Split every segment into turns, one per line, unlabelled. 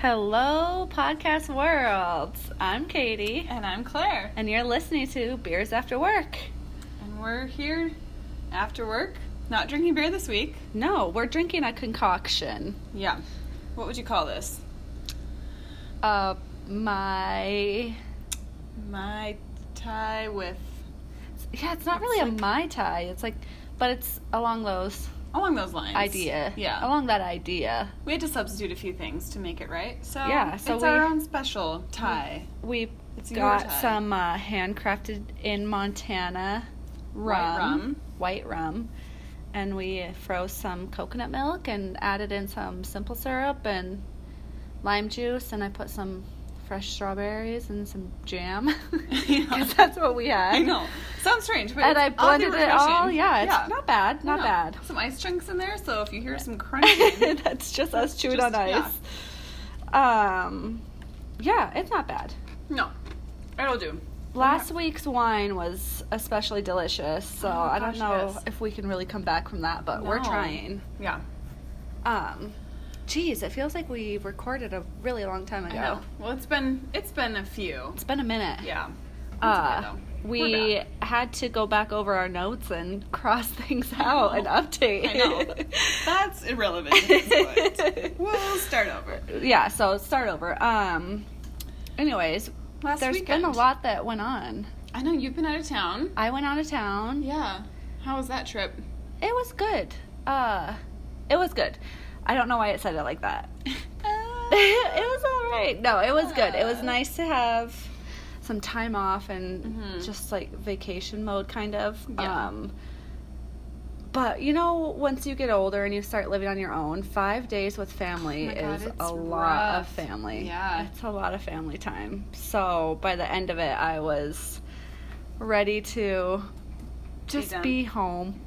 Hello, podcast world. I'm Katie,
And I'm Claire.
and you're listening to Beers After Work.
And we're here after work. Not drinking beer this week.
No, we're drinking a concoction.
Yeah. What would you call this?
Uh, my.
My tie with.
Yeah, it's not really a Mai Tai. It's like. But it's along those
Along those lines.
idea.
Yeah.
Along that idea.
we had to substitute a few things to make it right. So,
Yeah, so
it's
we-
our own special tie.
We
It's your
got
tie.
some uh, handcrafted in Montana
White rum.
White Mm-hmm. rum. And we froze some coconut milk and added in some simple syrup and lime juice. And I put some fresh strawberries and some jam.
Yeah.
'Cause that's what we had.
I know. Sounds strange, but
And
it's
I blended
oddly
it all.
refreshing.
Yeah, it's not bad. Not
No.
bad.
Some ice chunks in there, so if you hear some crunching,
that's just us
That's
chewing on
just-
ice. Yeah. Um, yeah, it's not bad.
no, it'll do.
Last week's wine was especially delicious, so
Oh,
I don't
gosh,
know
yes.
if we can really come back from that, but we're
No.
trying.
Yeah,
Um, geez, it feels like we recorded a really long time
I
ago.
know. Well, it's been it's been a few.
It's been a minute.
Yeah. That's okay,
Uh,
though. We're
we
back.
had to go back over our notes and cross things out and
know.
update.
I know. That's irrelevant at this point. we'll start over.
yeah, so start over. Um, anyways,
Last
there's been
weekend.
a lot that went on.
I know you've been out of town.
I went out of town.
Yeah. How was that trip?
It was good. Uh, it was good. I don't know why it said it like that. it was all right. No, it was good. It was nice to have some time off and
Mhm.
just like vacation mode, kind of.
Yeah.
Um, but you know, once you get older and you start living on your own, five days with family
Oh my God,
is
it's
a lot of
rough.
family.
Yeah.
it's a lot of family time. So by the end of it, I was ready to just
done.
be home.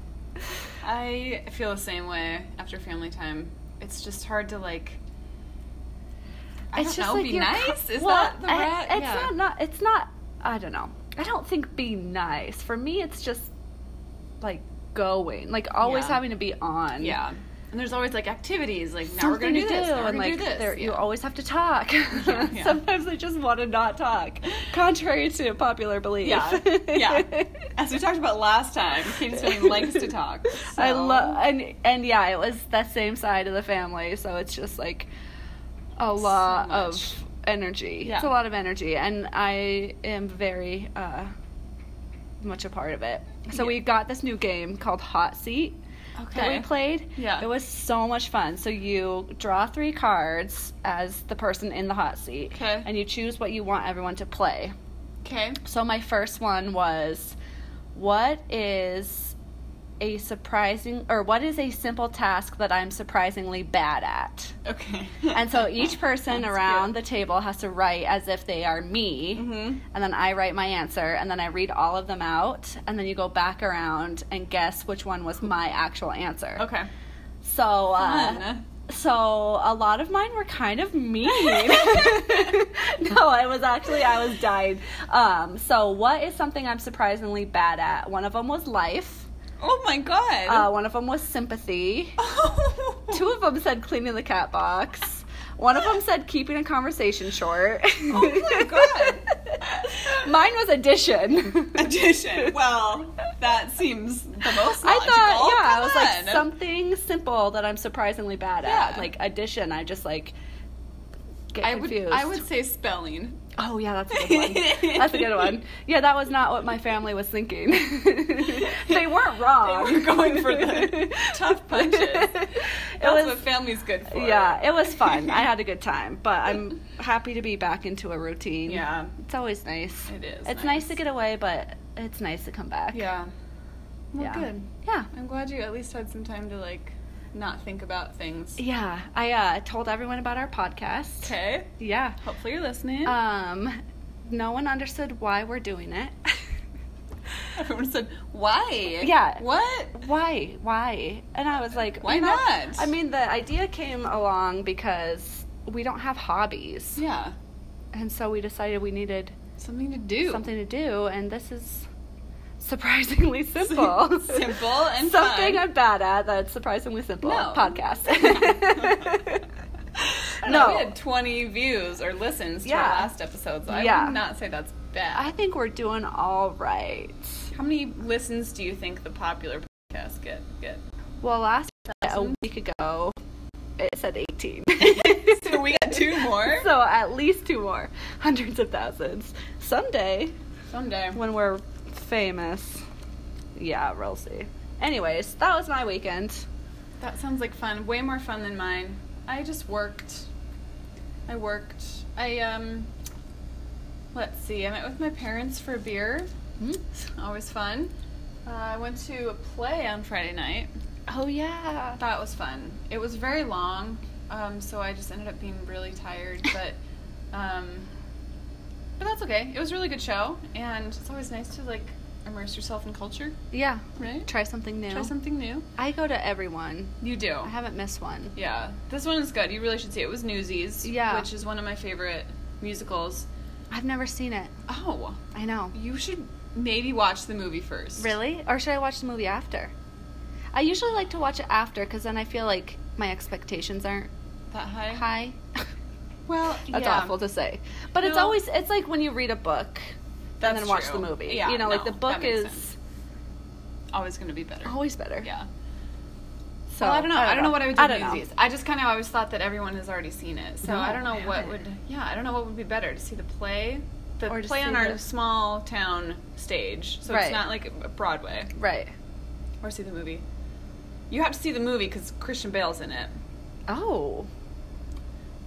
I feel the same way after family time. It's just hard to like. I
it's
don't
just
know,
like
be
you're co-
nice. Is
well,
that the
I-
rat?
it's not not it's not I don't know. I don't think be nice. For me it's just like going. Like always
Yeah.
having to be on.
Yeah. And there's always like activities like now we're
Something
gonna do, this. Now we're
and
gonna
like
do this.
there- you
Yeah.
always have to talk.
Yeah, yeah.
Sometimes I just want to not talk, contrary to popular belief.
Yeah, yeah. As we talked about last time, Katie Sweeney likes to talk.
I
so-
love and and yeah, it was that same side of the family, so it's just like a lot
much.
of energy. It's a
Yeah.
lot of energy, and I am very uh, much a part of it. So
Yeah.
we got this new game called Hot Seat that we
Okay.
played.
Yeah.
it was so much fun. So you draw three cards as the person in the hot seat,
Okay.
and you choose what you want everyone to play.
Okay.
So my first one was what is a surprising or what is a simple task that I'm surprisingly bad at?
Okay.
And so each person around the table has to write as if they are me,
Mhm.
and then I write my answer, and then I read all of them out, and then you go back around and guess which one was my actual answer.
Okay.
So, uh,
Oh, Fun.
so a lot of mine were kind of mean. no, I was actually I was dying. Um, so what is something I'm surprisingly bad at? One of them was life.
Oh my god.
Uh, one of them was sympathy. Two of them said cleaning the cat box. One of them said keeping a conversation short.
Oh my god.
Mine was addition.
Addition. Well, that seems the most logical.
I thought, yeah, I
Come
was like
on.
something simple that I'm surprisingly bad at,
Yeah.
like addition. I just like get
I would,
confused.
I would say spelling.
Oh yeah, that's a good one. that's a good one. Yeah, that was not what my family was thinking. they weren't wrong.
They were going for the tough punches.
it
That's
was.
what family's good for.
Yeah, it was fun. I had a good time, but I'm happy to be back into a routine.
Yeah.
It's always nice.
It is.
It's nice, to get away, but it's nice to come back.
Yeah. Well,
Yeah.
good.
Yeah.
I'm glad you at least had some time to like not think about things.
Yeah, I uh, told everyone about our podcast.
Okay.
Yeah.
Hopefully you're listening.
Um, no one understood why we're doing it.
Everyone said, "Why?
Yeah.
What?
why? Why? And I was like,
Why
you know,
not?
I mean, the idea came along because we don't have hobbies,
Yeah.
and so we decided we needed
Something to do.
something to do, and this is surprisingly simple.
Simple and
something
fun.
I'm bad at that's surprisingly simple.
No.
Podcast.
I don't
no.
know, we had 20 views or listens to
Yeah.
our last episode, so I
Yeah.
would not say that's
I
bad.
think we're doing all right.
How many listens do you think the popular podcast get? get?
Well, last a
Thousand?
week ago, it said 18.
so we got two more
so at least two more. Hundreds of thousands. Someday,
someday.
when we're famous, yeah, we'll see. Anyways, that was my weekend.
That sounds like fun. Way more fun than mine. I just worked. I worked. I um. Let's see. I met with my parents for a beer. Always fun. Uh, I went to a play on Friday night.
Oh, yeah.
That was fun. It was very long, um, so I just ended up being really tired. But, um, but that's okay. It was a really good show, and it's always nice to like immerse yourself in culture,
Yeah.
right?
Try something new.
Try something new.
I go to everyone.
You do.
I haven't missed one.
Yeah, this one is good. You really should see it. It was Newsies,
Yeah.
which is one of my favorite musicals.
I've never seen it.
Oh,
I know.
you should maybe watch the movie first.
Really? Or should I watch the movie after? I usually like to watch it after because then I feel like my expectations aren't
That high?
high.
Well,
That's
yeah.
awful to say. But it's
No.
always, it's like when you read a book
That's
and then watch
true.
the movie.
Yeah,
you know, like
no,
the
that
book
makes
is
sense. always going to be better.
always better.
Yeah.
So
So I don't know. I don't, know. what I would do
I
with
don't know.
Newsies. I just kind of always thought that everyone has already seen it, so
No,
I don't know
I
what
haven't.
would. Yeah, I don't know what would be better to see the play, the
Or to
play on
see
our
the-
small town stage, so
Right.
it's not like a- Broadway,
Right.
or see the movie. You have to see the movie because Christian Bale's in it.
Oh.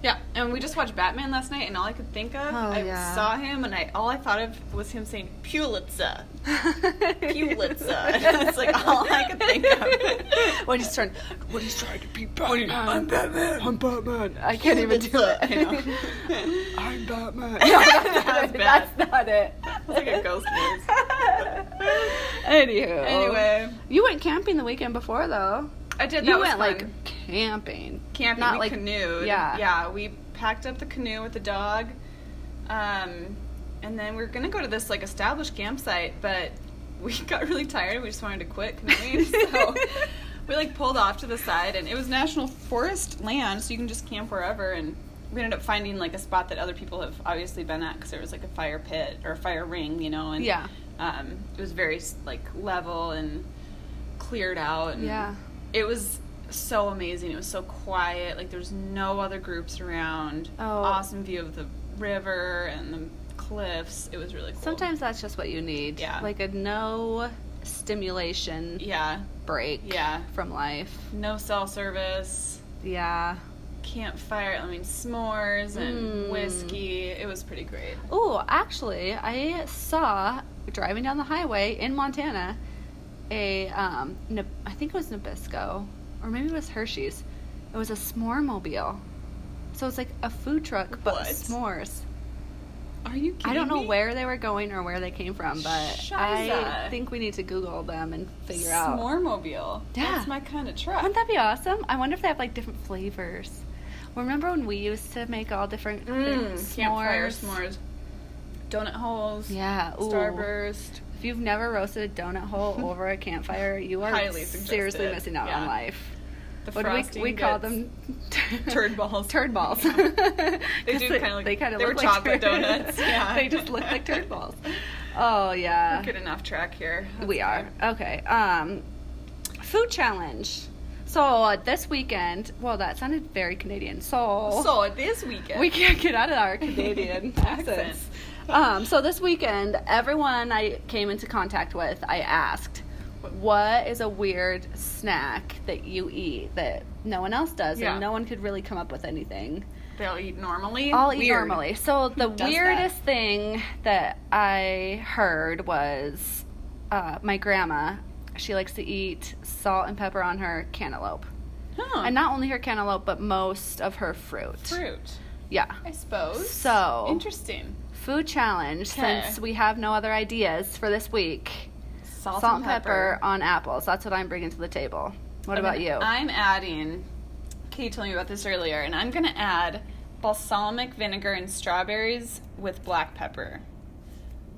Yeah, and we just watched Batman last night, and all I could think of,
Oh,
I
yeah.
saw him, and I all I thought of was him saying Pulitzer, Pulitzer. That's like all I could think of.
When he's trying,
when he's trying to be Batman, I'm Batman.
I'm Batman. I can't even do it.
I know.
I'm Batman. No, that's, not
That's bad.
it. that's not it. That's
like a ghost voice.
Anywho.
Anyway,
You went camping the weekend before, though.
I did. That
you
was
went like
fun.
camping.
camping.
not
we
like-
canoed.
yeah.
yeah. We packed up the canoe with the dog, um, and then we were gonna go to this like established campsite, but we got really tired. We just wanted to quit canoeing, so we like pulled off to the side, and it was national forest land, so you can just camp wherever. And we ended up finding like a spot that other people have obviously been at because there was like a fire pit or a fire ring, you know, and
Yeah.
um, it was very like level and cleared out and
Yeah.
it was so amazing it was so quiet like there's no other groups around
Oh.
awesome view of the river and the cliffs it was really cool
Sometimes that's just what you need.
Yeah.
Like a no stimulation
yeah
break
yeah
from life.
no cell service
Yeah.
campfire i mean s'mores and
Mm.
whiskey it was pretty great
Oh, actually, I saw driving down the highway in Montana a um, Nab- I think it was Nabisco or maybe it was Hershey's. It was a s'more mobile. So it's like a food truck but
What?
with s'mores.
are you kidding
I don't know
me?
where they were going or where they came from, but I
Shiza.
think we need to Google them and figure out.
s'moremobile
Yeah.
that's my kind of truck
Wouldn't that be awesome? I wonder if they have like different flavors. Remember when we used to make all different
mm,
things?
campfire
s'mores?
s'mores donut holes
Yeah. ooh.
starburst
If you've never roasted a donut hole over a campfire, you are
Highly suggested,
seriously missing out
yeah.
on life.
the
What do we,
frosting
we call
bits.
them
Turd balls.
Turd balls.
Yeah.
'Cause
They do kinda look-
they kind of
they were
look
chocolate
like turd-
donuts, yeah.
they just look like turd balls. Oh yeah,
We're getting off track here. That's
we are
good.
okay. Um, food challenge. So uh, this weekend, well, that sounded very Canadian.
So this weekend,
Oh. We can't get out of our Canadian
Accent.
accents. Um, so this weekend, everyone I came into contact with, I asked, what is a weird snack that you eat that no one else does?
Yeah.
And no one could really come up with anything.
they'll eat normally.
I'll eat
Weird.
normally. So the
does that?
weirdest thing that I heard was uh, my grandma. She likes to eat salt and pepper on her cantaloupe.
Huh.
And not only her cantaloupe, but most of her fruit.
fruit,
Yeah.
I suppose.
So-
interesting.
food challenge
Okay.
since we have no other ideas for this week.
Salt,
Salt and pepper. on apples. That's what I'm bringing to the table. What
And
about
then
you?
I'm adding. Kate told me about this earlier, and I'm gonna add balsamic vinegar and strawberries with black pepper.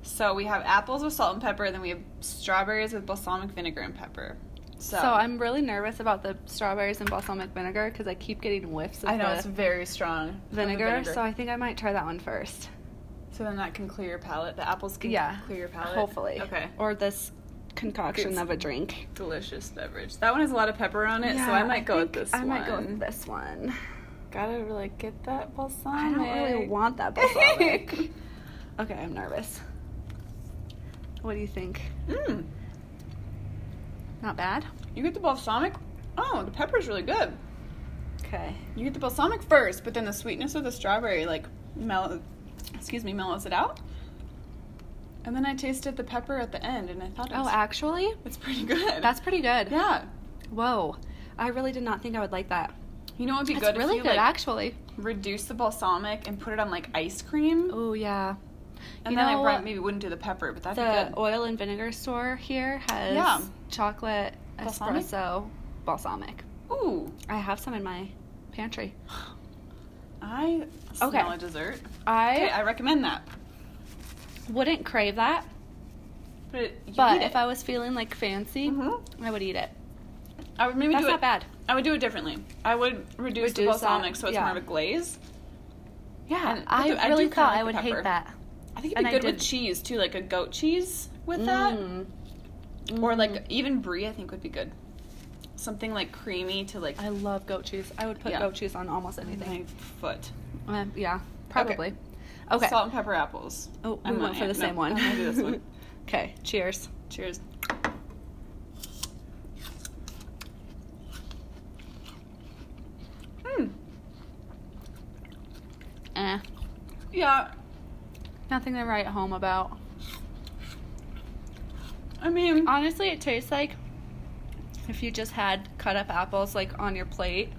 So we have apples with salt and pepper, and then we have strawberries with balsamic vinegar and pepper.
So, I'm really nervous about the strawberries and balsamic vinegar because I keep getting whiffs of
I know
the
it's very strong from the
vinegar, So I think I might try that one first.
So then that can clear your palate. The apples can
yeah,
clear your palate.
Hopefully.
Okay.
Or this concoction
It's-
of a drink.
Delicious beverage. That one has a lot of pepper on it, so I
Yeah,
might go with
think
this
I
one.
might go with this one.
Gotta really get that balsamic.
I don't really want that balsamic. okay, I'm nervous. What do you think? Hmm.
Mm.
Not bad.
You get the balsamic. Oh, the pepper's really good.
Okay.
You get the balsamic first, but then the sweetness of the strawberry like mellow, excuse me, mellows it out. And then I tasted the pepper at the end, and I thought it
Oh,
was,
actually,
it's pretty good.
that's pretty good.
yeah.
Whoa, I really did not think I would like that.
You know what would be
It's
good
really
if you
good,
like
actually.
reduce the balsamic and put it on like ice cream,
Oh yeah.
and
you
then I
know,
brought, maybe wouldn't do the pepper, but that'd
the
be good.
oil and vinegar store here has
Yeah.
chocolate
Balsamic?
espresso balsamic.
Ooh,
I have some in my pantry.
I smell
Okay.
a dessert.
I
Okay, I recommend that.
wouldn't crave that,
But you
but
eat
if
it.
I was feeling like fancy,
Mhm.
I would eat it.
I would maybe
That's
do
not
it.
bad.
I would do it differently. I would reduce, the
Reduce that,
balsamic so it's
yeah.
more of a glaze.
Yeah,
And- but
I
the- I do
really
kinda
thought
like
I
the
would
pepper.
hate that.
I think it'd
And
be
I
good with
did-
cheese too, like a goat cheese with that,
Mm.
or
Mhm.
like even brie. I think would be good. Something like creamy to like
I love goat cheese. I would put
Yeah.
goat cheese on almost anything.
my foot.
Uh, yeah, probably. Okay.
Salt and pepper apples.
Oh, we
I'm
went
not-
for the
no,
same one.
I'm gonna do this one.
okay, cheers.
Cheers. Hmm.
Eh,
Yeah.
nothing to write home about.
I mean,
Honestly, it tastes like if you just had cut up apples like on your plate.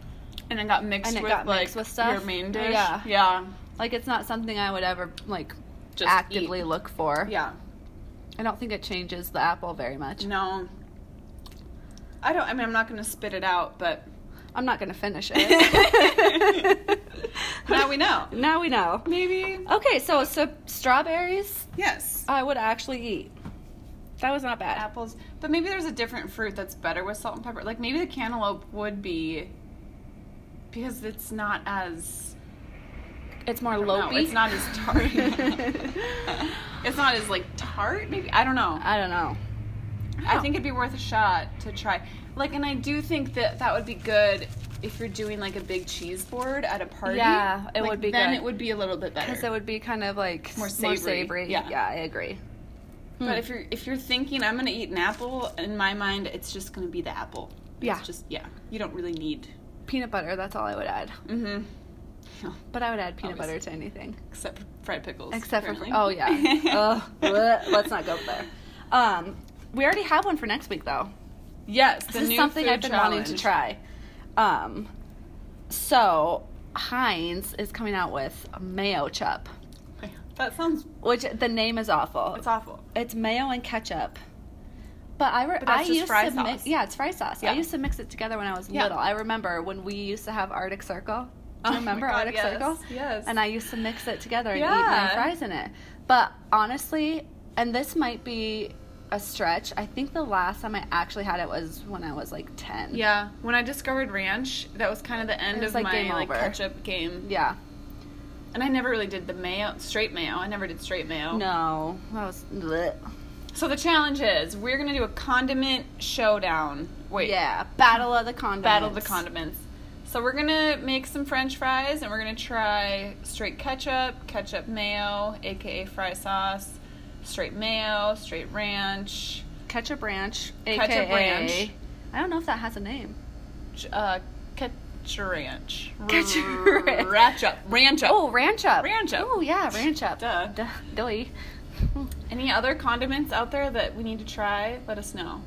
and it got mixed
and it
with
got
like
mixed with stuff?
your main dish.
Yeah.
Yeah.
Like it's not something I would ever like
Just
actively
eat.
look for.
Yeah.
I don't think it changes the apple very much.
No. I don't. I mean, I'm not gonna spit it out, but
I'm not gonna finish it.
now we know.
Now we know.
Maybe.
Okay, so so strawberries
Yes.
I would actually eat. That was not bad.
Apples, but maybe there's a different fruit that's better with salt and pepper. Like maybe the cantaloupe would be, because it's not as
It's more
I don't know,
lopey.
It's not as tart. it's not as like tart. Maybe I don't know.
I don't know.
I think it'd be worth a shot to try. Like, and I do think that that would be good if you're doing like a big cheese board at a party.
Yeah, it
Like,
would be
Then
good.
it would be a little bit better.
because it would be kind of like
More
s-
savory. Yeah.
Yeah. Hmm. I agree.
But if you're if you're thinking I'm gonna eat an apple, in my mind it's just gonna be the apple.
Yeah.
It's just yeah. You don't really need.
peanut butter, that's all I would add.
Mm-hmm.
But I would add peanut
Always.
butter to anything
Except for fried pickles.
except
apparently.
for oh yeah. Ugh, bleh, let's not go there. Um, we already have one for next week though.
Yes, the
This
new
is something
food
I've been wanting to
challenge.
try. Um, so Heinz is coming out with mayo chup,
That sounds
which the name is awful.
it's awful.
It's mayo and ketchup. But I, re-
But that's
I
just
used
fry
to mi-
sauce.
yeah, it's fry sauce.
Yeah.
I used to mix it together when I was
Yeah.
little. I remember when we used to have Arctic Circle. Do
Oh
you
my
remember
God,
Arctic
yes,
Circle?
Yes.
And I used to mix it together and
Yeah.
eat my fries in it. But honestly, and this might be a stretch. I think the last time I actually had it was when I was like ten.
Yeah, when I discovered ranch, that was kind of the end
It was
of
like
my
game
like
over.
ketchup game.
Yeah.
And I never really did the mayo, straight mayo. I never did straight mayo.
No, that was. bleh.
So the challenge is we're gonna do a condiment showdown. Wait,
Yeah, battle of the condiments.
battle of the condiments. So we're gonna make some French fries, and we're gonna try straight ketchup, ketchup mayo, aka fry sauce, straight mayo, straight ranch,
Ketchup Ranch,
Ketchup
aka.
Ranch.
I don't know if that has a name.
j- uh, ketchup ranch,
Ketchup
R-
ranch.
ranch up, ranch up.
Oh, ranch up.
Ranch up.
Oh yeah, ranch up.
Duh.
Duh. Doy.
Any other condiments out there that we need to try? Let us know.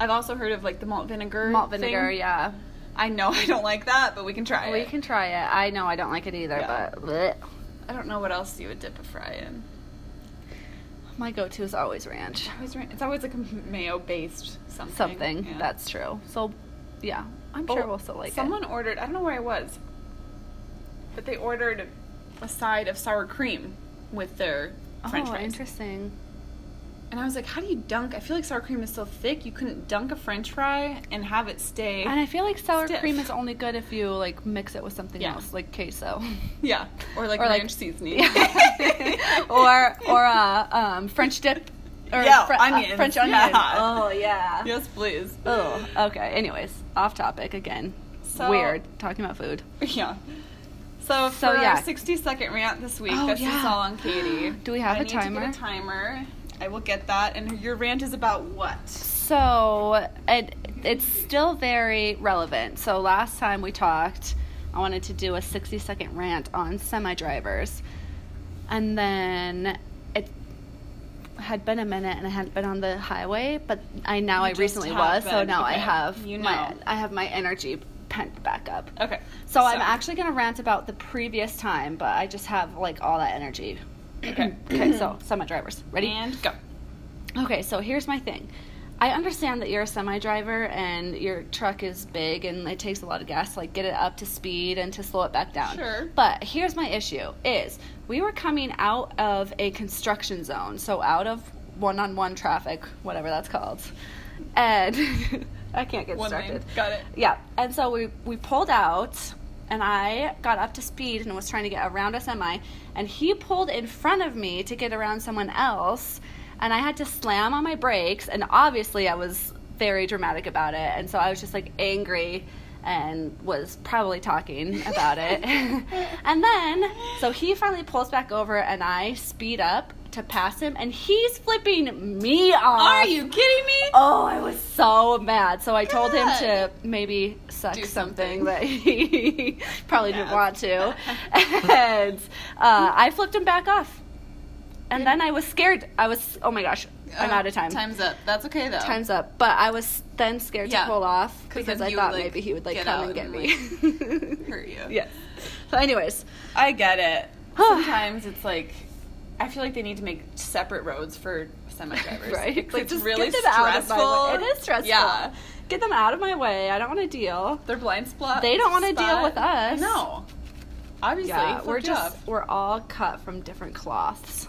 I've also heard of like the malt vinegar.
Malt vinegar.
thing.
Yeah.
I know I don't like that, but we can try
We
it.
can try it. I know I don't like it either,
Yeah.
but bleh.
I don't know what else you would dip a fry in.
my go-to is always ranch.
Always ra- It's always like a mayo based something.
Something
Yeah.
that's true. So, yeah, I'm
Oh,
sure we'll still like
Someone ordered. I don't know where I was, but they ordered a side of sour cream with their
it.
French
oh,
fries.
interesting.
And I was like, how do you dunk? I feel like sour cream is so thick. You couldn't dunk a french fry and have it stay.
And I feel like sour
Eh? Stiff.
cream is only good if you like mix it with something
Yeah.
else, like queso,
yeah. Or like
Or, like-
ranch seasoning.
Yeah. or or uh, um, French dip, or
Yeah,
Fre- uh,
onions.
French onion.
Yeah.
Oh yeah.
Yes, please.
Oh okay. Anyways, off topic again.
So-
Weird talking about food.
Yeah. So,
So,
for
yeah.
our 60 second rant this week,
Oh,
this
yeah.
is all on Katie.
Do we have
I
a
need to get
timer?
a timer. I will get that. And your rant is about what?
So it it's still very relevant. So last time we talked, I wanted to do a 60 second rant on semi drivers. And then it had been a minute and I hadn't been on the highway, but I now
You
I
just
recently was,
have
so
been.
now I
Okay.
have
You
my
know.
I have my energy pent back up.
Okay.
So I'm actually going to rant about the previous time, but I just have like all that energy.
Okay.
okay, so semi drivers. Ready?
And go.
Okay, so here's my thing. I understand that you're a semi driver and your truck is big and it takes a lot of gas to like get it up to speed and to slow it back down.
Sure.
But here's my issue is we were coming out of a construction zone, so out of one on one traffic, whatever that's called. And I can't get
One
started.
lane. Got it.
Yeah, and so we we pulled out, and I got up to speed and was trying to get around a semi, and he pulled in front of me to get around someone else, and I had to slam on my brakes, and obviously I was very dramatic about it, and so I was just like angry. And was probably talking about it. and then, so he finally pulls back over and I speed up to pass him, and he's flipping me off.
Are you kidding me?
Oh, I was so mad. So I told him
God.
to maybe suck
Do
something
something.
that he probably didn't
Yeah.
want to. and uh, I flipped him back off. And then I was scared. I was, oh my gosh, I'm
Oh,
out of time.
Time's up. That's okay though.
Time's up. But I was then scared
Yeah.
to pull off
'Cause
because
then
I
he would,
thought
like,
maybe he would like
get
come and
out
get
and,
me.
Hurt you.
yes. So, anyways,
I get it. Sometimes it's like I feel like they need to make separate roads for semi drivers.
right?
It's,
Like,
it's
just
really
get them
stressful.
out of my way. It is stressful.
Yeah.
Get them out of my way. I don't want to deal.
Their blind spot.
They don't wanna
spot.
deal with us.
No. Obviously.
Yeah, we're
flipped you
just
off.
we're all cut from different cloths.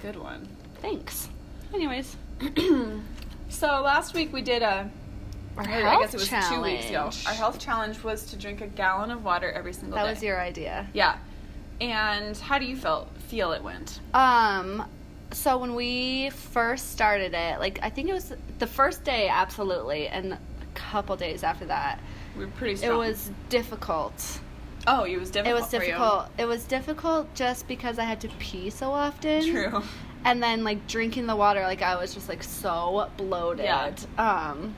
good one.
Thanks. Anyways,
so last week we did a
our
or I guess it was two weeks ago. Our health challenge was to drink a gallon of water every single
That
day.
was your idea.
Yeah. And how do you feel feel it went?
Um, so when we first started it, like I think it was the first day, absolutely, and a couple days after that,
We were pretty
it
strong.
was difficult.
Oh, it was difficult.
It was
for you.
difficult. It was difficult just because I had to pee so often.
True.
and then like drinking the water like i was just like so bloated
Yeah.
um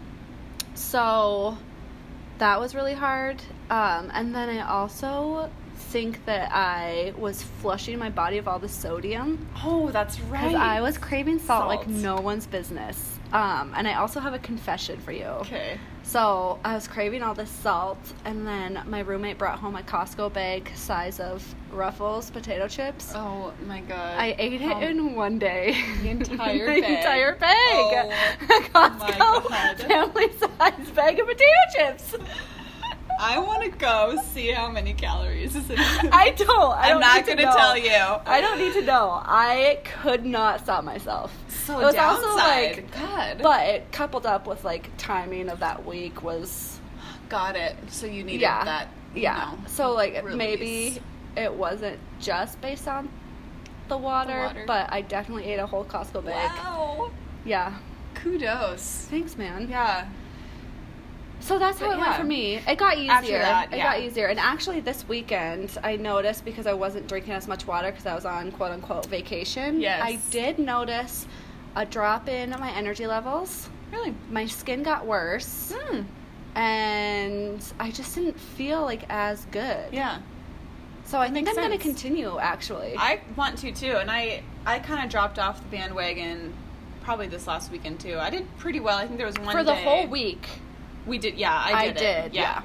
so that was really hard um and then i also think that i was flushing my body of all the sodium
Oh, that's right.
because i was craving salt, like
Salt.
no one's business um and i also have a confession for you
okay.
so I was craving all this salt, and then my roommate brought home a Costco bag size of Ruffles potato chips.
Oh my god.
I ate it
How-
in one day.
The entire
the
bag.
entire bag.
Oh,
A Costco
my God.
family size bag of potato chips.
I want to go see how many calories is in.
I don't. I
I'm
don't
not
need to
gonna
know.
tell you.
I don't need to know. I could not stop myself.
So
it was
downside.
also like,
God.
but it coupled up with like timing of that week was
got it. So you needed
yeah
that. you
yeah.
know,
so like
release.
maybe it wasn't just based on the water,
water.
but I definitely ate a whole Costco bag.
Wow.
Yeah.
Kudos.
Thanks, man.
Yeah.
So that's how
But
it went
yeah.
for me. It got easier.
After that,
It
yeah.
got easier. And actually, this weekend, I noticed because I wasn't drinking as much water because I was on quote unquote vacation.
Yes.
I did notice a drop in my energy levels.
Really.
My skin got worse,
Hmm.
and I just didn't feel like as good.
Yeah.
So I think I'm
makes
going to
sense.
continue. Actually,
I want to too, and I I kind of dropped off the bandwagon probably this last weekend too. I did pretty well. I think there was one
for the
day-
whole week.
We did, yeah. I
I
did. it.
did, yeah.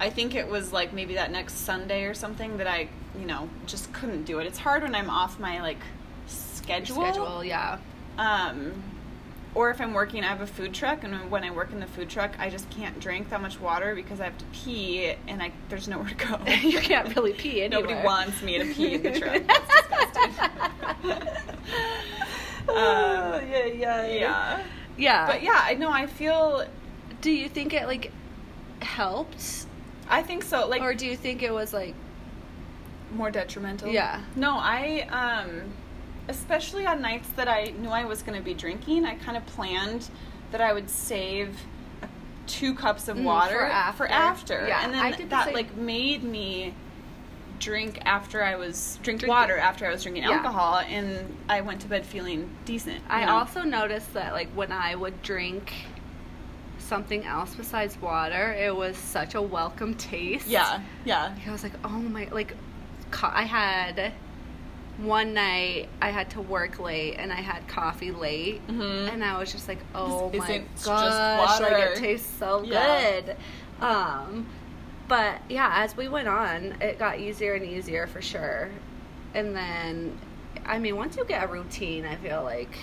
I think it was like maybe that next Sunday or something that I, you know, just couldn't do it. It's hard when I'm off my like schedule.
Schedule, yeah.
Um, or if I'm working, I have a food truck, and when I work in the food truck, I just can't drink that much water because I have to pee, and I there's nowhere to go.
you can't really pee anywhere.
Nobody wants me to pee in the truck. That's disgusting.
Oh,
Um,
yay, yay.
Uh, yeah.
Yeah.
But yeah, I know. I feel.
Do you think it like helped,
I think so. Like
or do you think it was like
more detrimental.
Yeah.
No, I um especially on nights that I knew I was going to be drinking, I kind of planned that I would save a- two cups of
Mm,
water
for after.
after.
Yeah,
and then
I did the
that
same.
like made me drink after I was drink
Drinking.
water after I was drinking
Yeah.
alcohol and I went to bed feeling decent. you
I
know?
also noticed that like when I would drink something else besides water, it was such a welcome taste.
Yeah. Yeah.
Like, I was like, oh my, like, co- I had one night I had to work late and I had coffee late,
Mhm.
and I was just like, oh
This
my
isn't just
gosh, like
water.
it tastes so
Yeah.
good. Um, but yeah, as we went on, it got easier and easier for sure. And then, I mean, once you get a routine, I feel like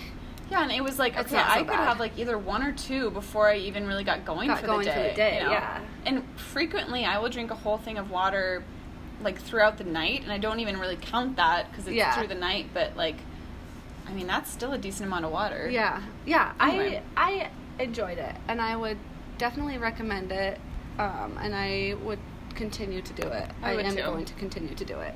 Yeah, and it was like
It's
okay,
not so
I could
bad.
have like either one or two before I even really got going
Got
for
going
the
for
day.
the day,
you know?
yeah.
And frequently, I will drink a whole thing of water, like throughout the night, and I don't even really count that because it's
Yeah.
through the night. But like, I mean, that's still a decent amount of water.
Yeah, yeah.
Anyway.
I I enjoyed it, and I would definitely recommend it. Um, and I would continue to do it.
I would
am
too.
going to continue to do it.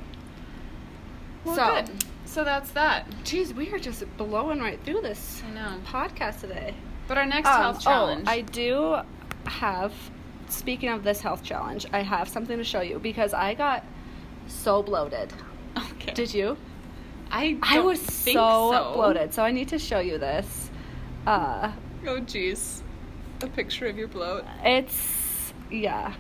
Well,
so,
good. So that's that.
geez, we are just blowing right through this
I know.
podcast today.
But our next
Um,
health challenge.
Oh, I do have. Speaking of this health challenge, I have something to show you because I got so bloated.
okay.
Did you?
I? Don't
I was
think
so,
so
bloated, so I need to show you this. Uh,
Oh, jeez. A picture of your bloat.
It's yeah.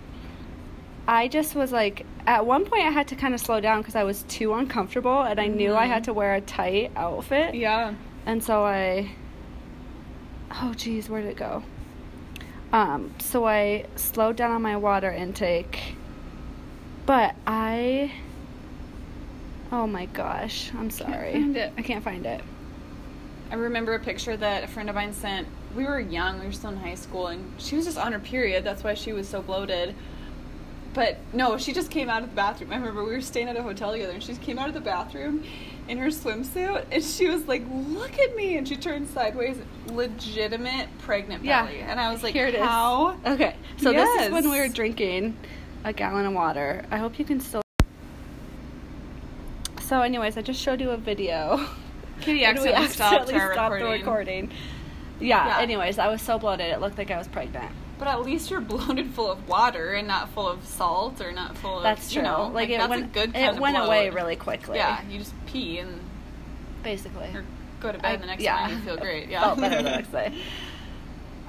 I just was like at one point I had to kind of slow down because I was too uncomfortable and I knew I had to wear a tight outfit.
Yeah.
And so I Oh geez, where did it go? Um, so I slowed down on my water intake. But I Oh my gosh, I'm sorry.
find it.
I can't find it.
I remember a picture that a friend of mine sent. We were young, we were still in high school, and she was just on her period. That's why she was so bloated. But no, she just came out of the bathroom. I remember we were staying at a hotel together, and she just came out of the bathroom in her swimsuit, and she was like, "Look at me!" And she turned sideways, legitimate pregnant belly. And I was like,
Here it is. Uh,
"How?"
Okay, so this is when we were
Yes.
drinking a gallon of water. I hope you can still. So, anyways, I just showed you a video.
Kitty
And we
accidentally stopped our
the
recording.
recording. Yeah,
Yeah.
Anyways, I was so bloated. It looked like I was pregnant.
But at least you're bloated full of water and not full of salt or not full of
That's true.
You know,
like, it
that's
went.
a good kind
it
of
went away
bloat.
really quickly.
Yeah, you just pee and
Basically.
or go to bed
I-
the next
yeah.
morning and feel great.
It
Yeah.
Felt better the next day.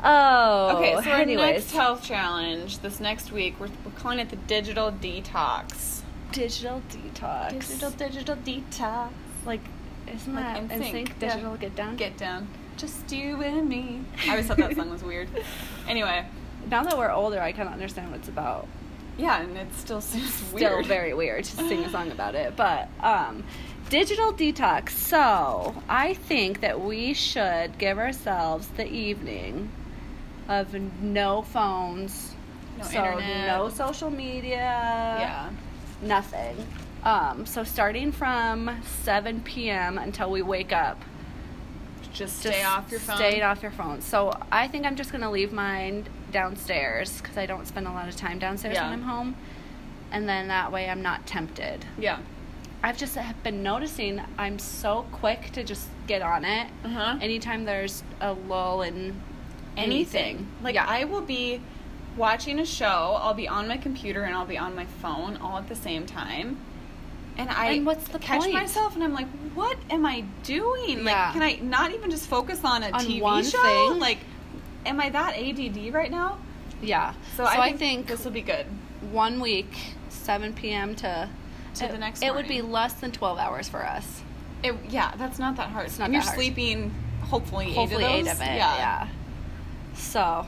Oh.
Okay, so our
anyways,
next health challenge this next week, we're, we're calling it the digital detox.
digital detox.
digital detox.
like, isn't that
Like NSYNC,
NSYNC
yeah.
digital get down?
Get down. Just you and me. I always thought that song was weird. Anyway,
Now that we're older, I kind of understand what it's about.
yeah, and it still seems weird.
Still very weird to sing a song about it, but um, digital detox. So I think that we should give ourselves the evening of no phones,
No
so
internet.
no social media,
Yeah.
nothing. Um, so starting from 7 p.m. until we wake up,
Just
just
stay off your phone.
Stay off your phone. So I think I'm just gonna leave mine downstairs because I don't spend a lot of time downstairs
Yeah.
when I'm home, and then that way I'm not tempted.
Yeah.
I've just have been noticing I'm so quick to just get on it.
Uh-huh.
Anytime there's a lull in
anything.
anything,
Like
Mm. yeah,
I will be watching a show, I'll be on my computer and I'll be on my phone all at the same time. And I
And what's the
catch
point?
myself and I'm like, what am I doing?
Yeah.
Like can I not even just focus on a
On
TV
one
show?
thing?
Like am I that ADD right now?
yeah.
So, I, think this will be good.
one week, 7 p.m. to
To
it-
the next
It would be
morning.
less than 12 hours for us.
It, yeah, that's not that hard. It's
not
You're
that hard.
sleeping hopefully,
Hopefully,
eight
eight
of
of
those.
it. yeah. So,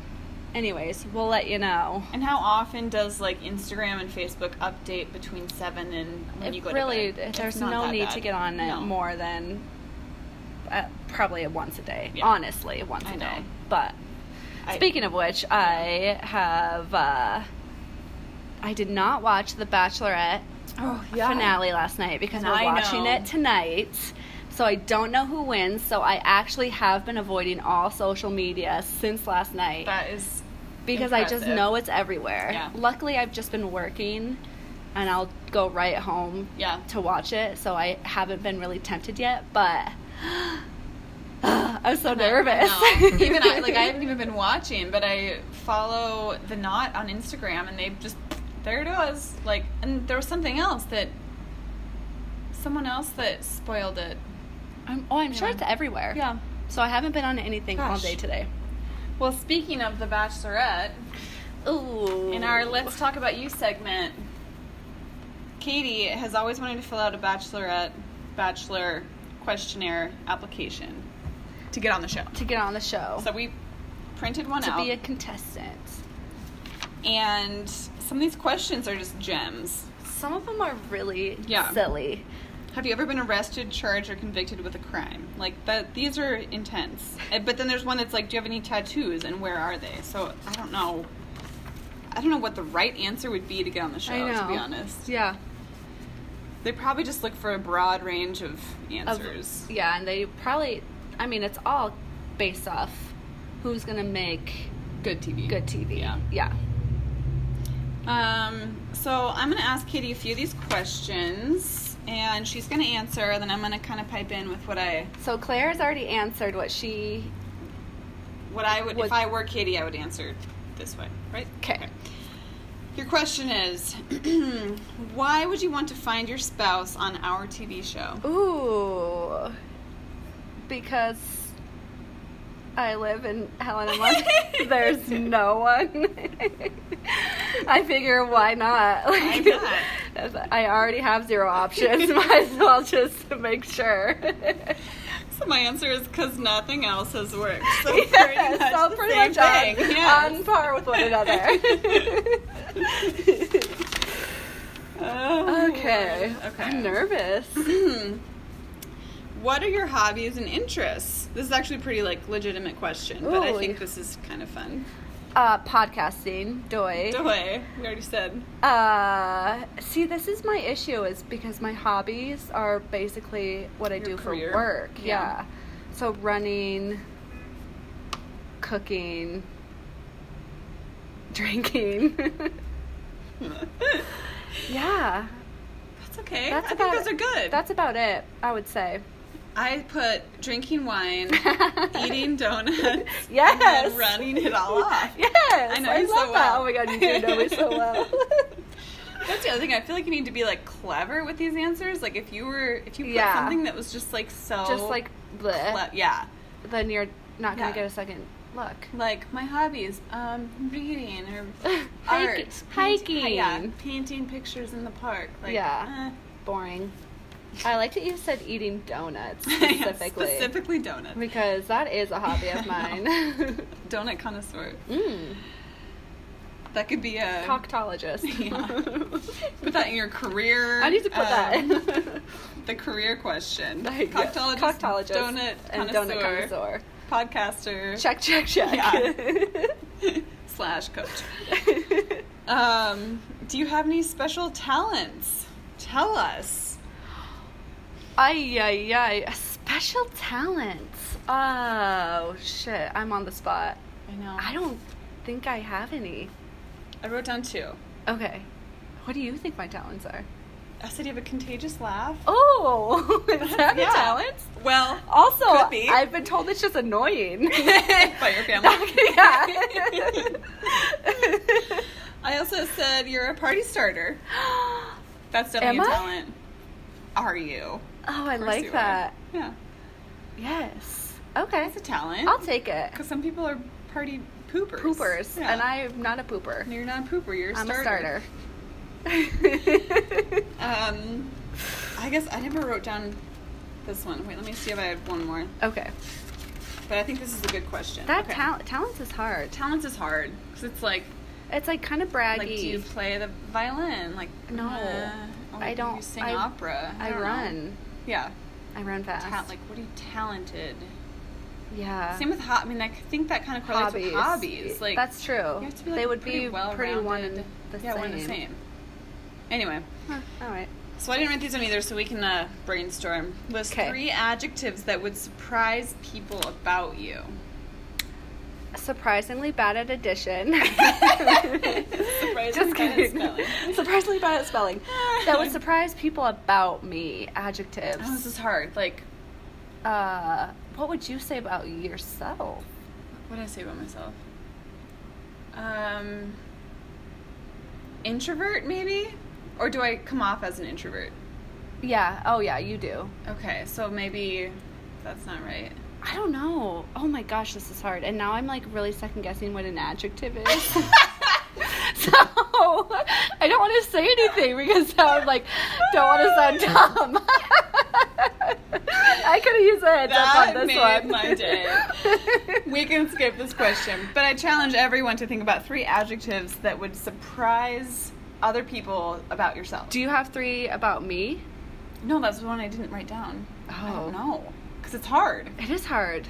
anyways, we'll let you know.
And how often does like Instagram and Facebook update between seven and when
it
you go
really
to bed? It's
there's
not
no
that
need
bad.
to get on it
No.
more than uh, probably once a day
Yeah.
honestly once a
I
day
know.
but
I-
speaking of which i have uh, i did not watch the bachelorette
Oh,
finale last night because
And
we're
I
watching
know.
it tonight So I don't know who wins. So I actually have been avoiding all social media since last night
That is
because I just
impressive.
know it's everywhere.
Yeah.
Luckily, I've just been working, and I'll go right home
Yeah.
to watch it. So I haven't been really tempted yet, but I'm so nervous.
No. even I, like I haven't even been watching, but I follow the Knot on Instagram, and they just there it was. Like, and there was something else that someone else that spoiled it.
I'm, oh, I'm sure
Yeah.
it's everywhere.
Yeah.
So I haven't been on anything all
Gosh.
day today.
Well, speaking of The Bachelorette,
Ooh.
in our "Let's Talk About You" segment, Katie has always wanted to fill out a Bachelorette Bachelor questionnaire application to get on the show.
to get on the show
So we printed one
to
out.
be a contestant.
and some of these questions are just gems.
Some of them are really
Yeah.
silly.
Have you ever been arrested, charged, or convicted with a crime? Like that, these are intense. Uh, But then there's one that's like, do you have any tattoos, and where are they? So I don't know. I don't know what the right answer would be to get on the show. To be honest,
Yeah.
they probably just look for a broad range of
Of-
answers.
yeah, and they probably. I mean, it's all based off who's gonna make
good TV.
good TV.
Yeah.
Yeah.
Um, so I'm going to ask Katie a few of these questions, and she's going to answer, and then I'm going to kind of pipe in with what I
So Claire has already answered what she.
what I would,
What-
if I were Katie, I would answer this way, right?
Okay.
Your question is, why would you want to find your spouse on our TV show?
Ooh. Because I live in Helena, Montana. There's no one. I figure, why not? Like,
not?
I already have zero options. Might as well just make sure.
So my answer is because nothing else has worked. So
Yeah,
pretty much
so
the
pretty
same
much on-
thing. yes.
on par with one another.
Oh,
Okay.
Lord.
I'm
Okay.
nervous.
what are your hobbies and interests? This is actually a pretty like legitimate question, but I
Ooh.
think this is kind of fun.
Uh, podcasting, doy.
Away, we already said.
Uh, see, this is my issue is because my hobbies are basically what I
Your
do
career.
for work.
Yeah.
Yeah. So running, cooking, drinking.
that's
yeah.
okay.
That's
I
about-
think those are good.
That's about it, I would say.
I put drinking wine, eating donuts, and
Yes.
then running it all off.
Yes.
I know you so
love that.
well.
Oh my god, you do know me so well.
That's the other thing. I feel like you need to be like clever with these answers. Like if you were, if you put
Yeah.
something that was just like so,
Just like the
cle- yeah,
then you're not gonna
Yeah.
get a second look.
like my hobbies, um, reading or
Hiking-
art,
hiking.
painting- yeah, painting pictures in the park. Like,
Yeah.
eh.
Boring. I like that you said eating donuts
Yeah,
specifically.
specifically donuts.
Because that is a hobby
I
of
know.
mine.
Donut connoisseur.
mm.
That could be a.
Coctologist.
Yeah. Put that in your career.
I need to put that
um,
in.
The career question.
Like, yes,
Coctologist,
Coctologist.
donut,
and
connoisseur,
donut connoisseur.
podcaster,
Check, check, check.
slash coach. Um, do you have any special talents? Tell us.
Ay, ay, ay. Special talents. Oh, shit. I'm on the spot.
I know.
I don't think I have any.
I wrote down two.
Okay. What do you think my talents are?
I said you have a contagious laugh.
Oh, is that a
Yeah.
talent?
Well,
Also,
Could be.
I've been told it's just annoying.
by your family.
yeah.
I also said you're a party starter. That's definitely
Am
a
I?
talent. Are you?
oh, I
Of course you
like
are.
that.
Yeah,
Yes. Okay.
that's a talent.
I'll take it.
Because some people are party poopers.
Poopers.
Yeah.
And I'm not a pooper.
No, You're not a pooper. You're a
I'm
starter.
a starter.
Um, I guess I never wrote down this one. Wait, let me see if I have one more.
okay.
But I think this is a good question.
That
Okay.
talent talents is hard.
talents is hard because it's like
It's like kind of braggy.
like do you play the violin? Like
No.
or
I
do
don't-
You sing
I-
opera.
I
don't know.
run.
Yeah.
I run fast.
Ta- like what are you talented?
yeah.
Same with ho- I mean I think that kind of correlates with hobbies. Like
that's true.
You have to be like
they would
pretty
be
well
pretty one and
rounded.
the
yeah,
same.
one and the same. Anyway,
Huh, all right.
So I didn't write these down either, so we can uh, brainstorm. List
Okay.
three adjectives that would surprise people about you.
Surprisingly bad at addition.
Surprisingly
Just
bad at
kidding.
spelling.
Surprisingly bad at spelling. That would surprise people about me.
Oh, this is
Adjectives.
hard. Like,
Uh, what would you say about yourself?
what did I say about myself? Um, introvert, maybe? Or do I come off as an introvert?
Yeah. Oh, yeah. You do.
Okay, so maybe that's not right.
I don't know. Oh my gosh, this is hard. And now I'm like really second guessing what an adjective is. so I don't want to say anything because now I'm like, don't want to sound dumb. I could have used a heads
That
up on this
made
one.
my day. We can skip this question, but I challenge everyone to think about three adjectives that would surprise other people about yourself.
Do you have three about me?
no, that's the one I didn't write down. I
Oh.
don't know. Because it's hard.
It is hard.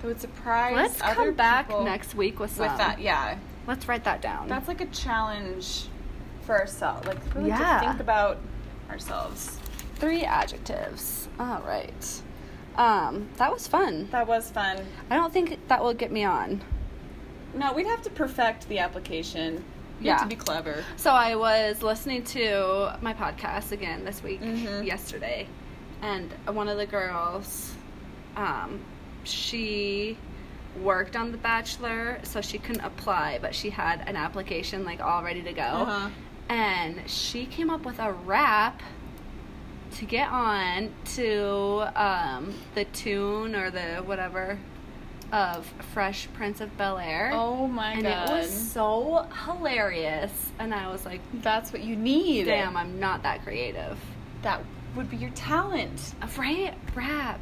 That would surprise
Let's
other
come back
people
next week with some.
with that. Yeah.
Let's write that down.
That's like a challenge for ourselves. Like, really
Yeah.
to think about ourselves.
three adjectives. All right. Um, that was fun.
That was fun.
I don't think that will get me on.
No, we'd have to perfect the application. You have
Yeah.
to be clever.
So I was listening to my podcast again this week,
Mhm.
yesterday, and one of the girls, um, she worked on The Bachelor, so she couldn't apply, but she had an application like all ready to go,
Uh-huh.
and she came up with a rap to get on to um, the tune or the whatever of Fresh Prince of Bel Air.
Oh my
and
god.
it was so hilarious, and I was like,
That's what you need.
Damn, I'm not that creative.
That would be your talent.
Right? Rap.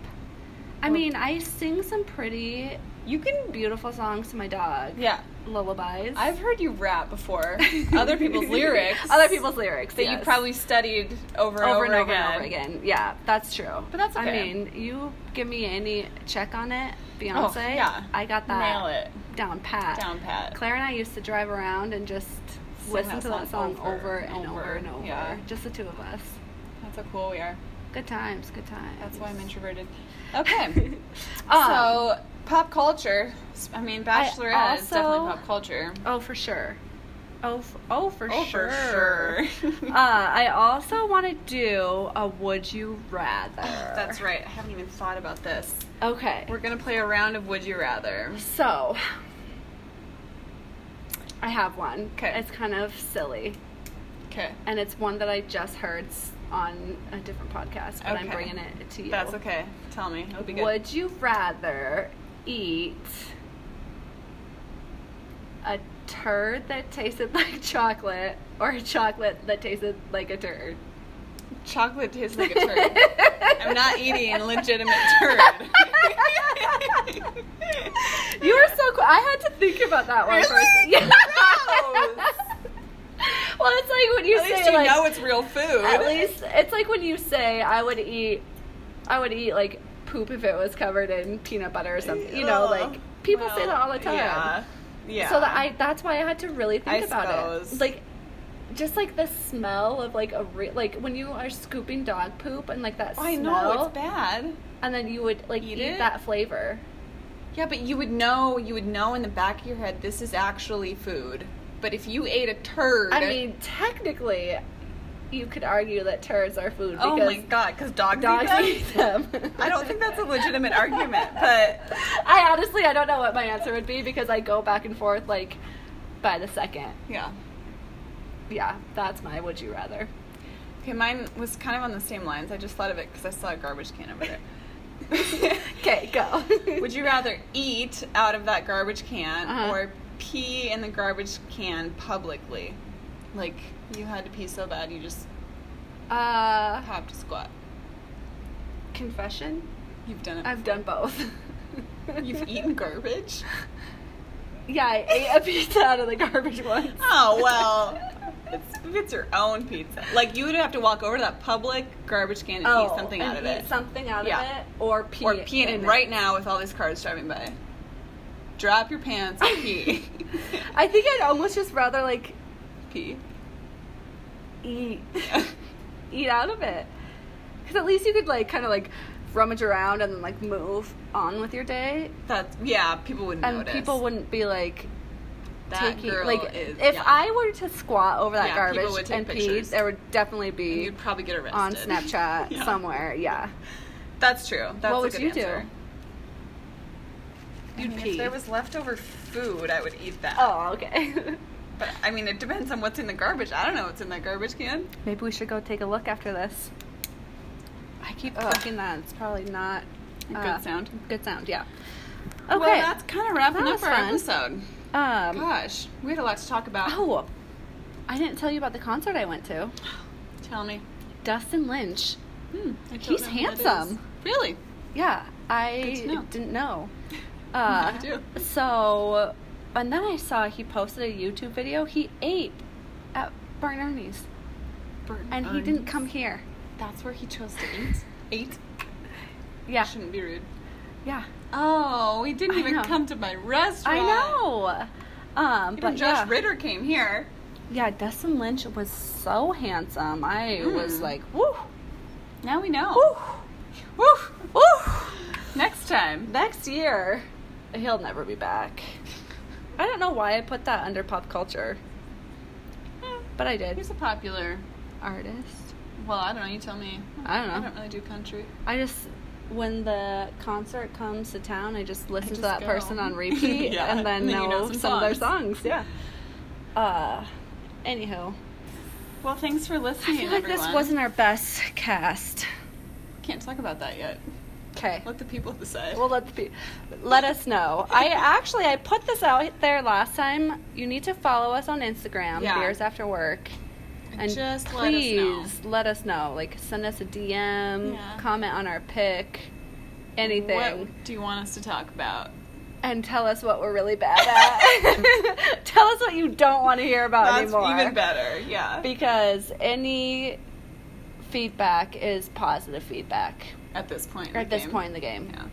I
Well-
mean, I sing some pretty
You can be.
beautiful songs to my dog.
Yeah.
Lullabies.
I've heard you rap before. Other people's lyrics.
Other people's lyrics.
That
yes.
you probably studied over,
over,
over
and over and over again. Yeah, that's true.
But that's okay. Oh,
I mean, you give me any check on it, Beyonce.
yeah.
I got that
Nail it.
down pat.
Down pat.
Claire and I used to drive around and just
Sing
listen
that
to that
song
song over, and over, and over.
yeah.
Just the two of us.
That's how cool we are.
Good times. Good times.
That's why I'm introverted. Okay.
Um,
so, pop culture. I mean, Bachelorette is
also-
definitely pop culture.
Oh, for sure. Oh, f oh, for
Oh,
sure.
for sure.
uh, I also want to do a would you rather.
That's right. I haven't even thought about this.
Okay.
We're going to play a round of Would You Rather.
So, I have one.
'Kay.
It's kind of silly,
Okay.
and it's one that I just heard s- on a different podcast, but I'm
Okay.
bringing it to you.
That's okay. Tell me. It'll be good.
Would you rather eat a turd that tasted like chocolate or a chocolate that tasted like a turd?
Chocolate tastes like a turd. I'm not eating legitimate turd.
You were so cool. I had to think about that one
Really?
first. Yeah.
Gross.
well, it's like when you
At
say
least you
like,
know it's real food.
at least it's like when you say I would eat I would eat like poop if it was covered in peanut butter or something. You know,
Ugh.
like people say
Well,
that all the time.
Yeah. Yeah.
So that I that's why I had to really think
I
about it.
suppose.
Like just like the smell of like a re- like when you are scooping dog poop and like that
Oh, I
smell
know it's bad.
and then you would like
Eat
eat,
it?
that flavor.
Yeah, but you would know. You would know in the back of your head this is actually food. But if you ate a turd,
I mean, technically you could argue that turds are food
oh
because
my god, because dogs,
dogs
eat
eat
them.
them.
I don't think that's a legitimate argument, but
I honestly I don't know what my answer would be because I go back and forth like by the second.
yeah.
Yeah, that's my would you rather.
Okay, mine was kind of on the same lines. I just thought of it because I saw a garbage can over there.
Okay, go.
Would you rather eat out of that garbage can
Uh-huh.
or pee in the garbage can publicly? Like you had to pee so bad you just
uh
have to squat.
confession?
You've done it.
I've done both.
You've eaten garbage.
Yeah, I ate a pizza out of the garbage once.
Oh well. It's, if it's your own pizza, like you would have to walk over to that public garbage can and eat something
Oh, and
out of
eat
it,
Something out
Yeah.
of it, or pee.
or pee in it right now with all these cars driving by. Drop your pants and pee.
I think I'd almost just rather like
pee.
eat eat out of it. Because at least you could like kind of like rummage around and then like move on with your day,
That's yeah. People wouldn't
and
notice.
people wouldn't be like
that
taking
girl
like
is,
if
yeah.
I were to squat over that
Yeah, people would
garbage
take
and pee,
pictures.
there would definitely be
you'd probably get arrested
on Snapchat
Yeah.
somewhere. Yeah.
That's true. That's
What
a
would
good
you do?
answer. I
You'd
mean,
pee.
If there was leftover food, I would eat that.
Oh, okay.
But I mean, it depends on what's in the garbage. I don't know what's in that garbage can.
Maybe we should go take a look after this. I keep
Ugh.
clicking that. It's probably not uh,
Good sound.
Good sound. Yeah. Okay.
Well, that's kind of wrapping
That
up
was
our
fun.
episode.
um.
Gosh, we had a lot to talk about.
Oh, I didn't tell you about the concert I went to.
Tell me.
Dustin Lynch.
Hmm, I don't
He's
know who that is.
handsome.
Really?
Yeah,
Good
I
to know.
didn't know.
I
Uh,
do.
So, and then I saw he posted a YouTube video. He ate at Barn Ernie's,
Burton
and he didn't come here.
That's where he chose to eat. Eight.
Yeah,
Shouldn't be rude.
yeah.
Oh, he didn't
I
even
know.
come to my
I
restaurant.
know. Um,
Even
but
Josh
yeah,
Ritter came here.
yeah. Dustin Lynch was so handsome. I was
Mm.
like, woo,
Now we know.
woo,
Woo!
woo.
Next time.
Next year, he'll never be back. I don't know why I put that under pop culture,
Eh,
but I did.
He's a popular.
artist.
Well, I don't know. You tell me.
I don't know.
I don't really do country.
I just when the concert comes to town, I just listen
just
to that
go.
person on repeat
Yeah,
and then
and then
know,
you know
some,
some
of their songs. Yeah. Uh, anywho,
Well, thanks for
I
listening.
feel like this
everyone.
wasn't our best cast.
Can't talk about that yet.
Okay.
Let the people decide.
Well, let the, pe- let us know. I actually I put this out there last time. You need to follow us on Instagram,
Yeah.
Beers After Work, and
Just let us know.
please let us know. Like send us a DM,
Yeah.
comment on our pick, anything.
What do you want us to talk about?
and tell us what we're really bad at. tell us what you don't want to hear about
That's
anymore.
even better. Yeah.
Because any feedback is positive feedback
At this point. in
at
the
this
game.
point in the game.
Yeah.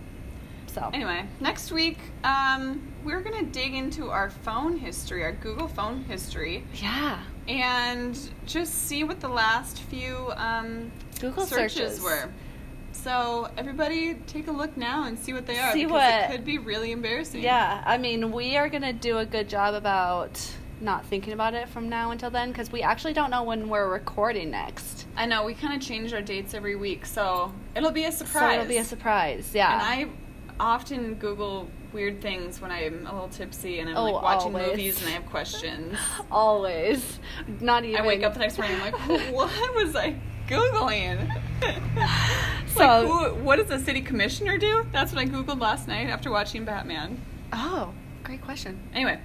So
Anyway, next week um, we're gonna dig into our phone history, our Google phone history,
yeah,
and just see what the last few um,
Google
searches,
searches.
were. So everybody, take a look now and see what they are.
See
because
what-
it could be really embarrassing.
yeah. I mean, we are gonna do a good job about not thinking about it from now until then because we actually don't know when we're recording next.
I know we kind of change our dates every week, so it'll be a
So
surprise.
it'll be a surprise. Yeah.
And I often Google weird things when I'm a little tipsy and I'm
Oh,
like watching
always.
movies and I have questions.
Always. Not even.
I wake up the next morning I'm like, what was I googling? It's like,
So-
who, what does a city commissioner do? That's what I googled last night after watching Batman.
Oh, great question.
Anyway,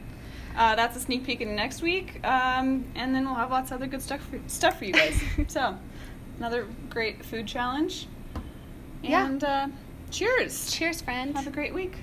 uh, that's a sneak peek into next week, um, and then we'll have lots of other good stuff for, stuff for you guys. so, another great food challenge,
Yeah.
and uh, cheers!
Cheers, friends.
Have a great week.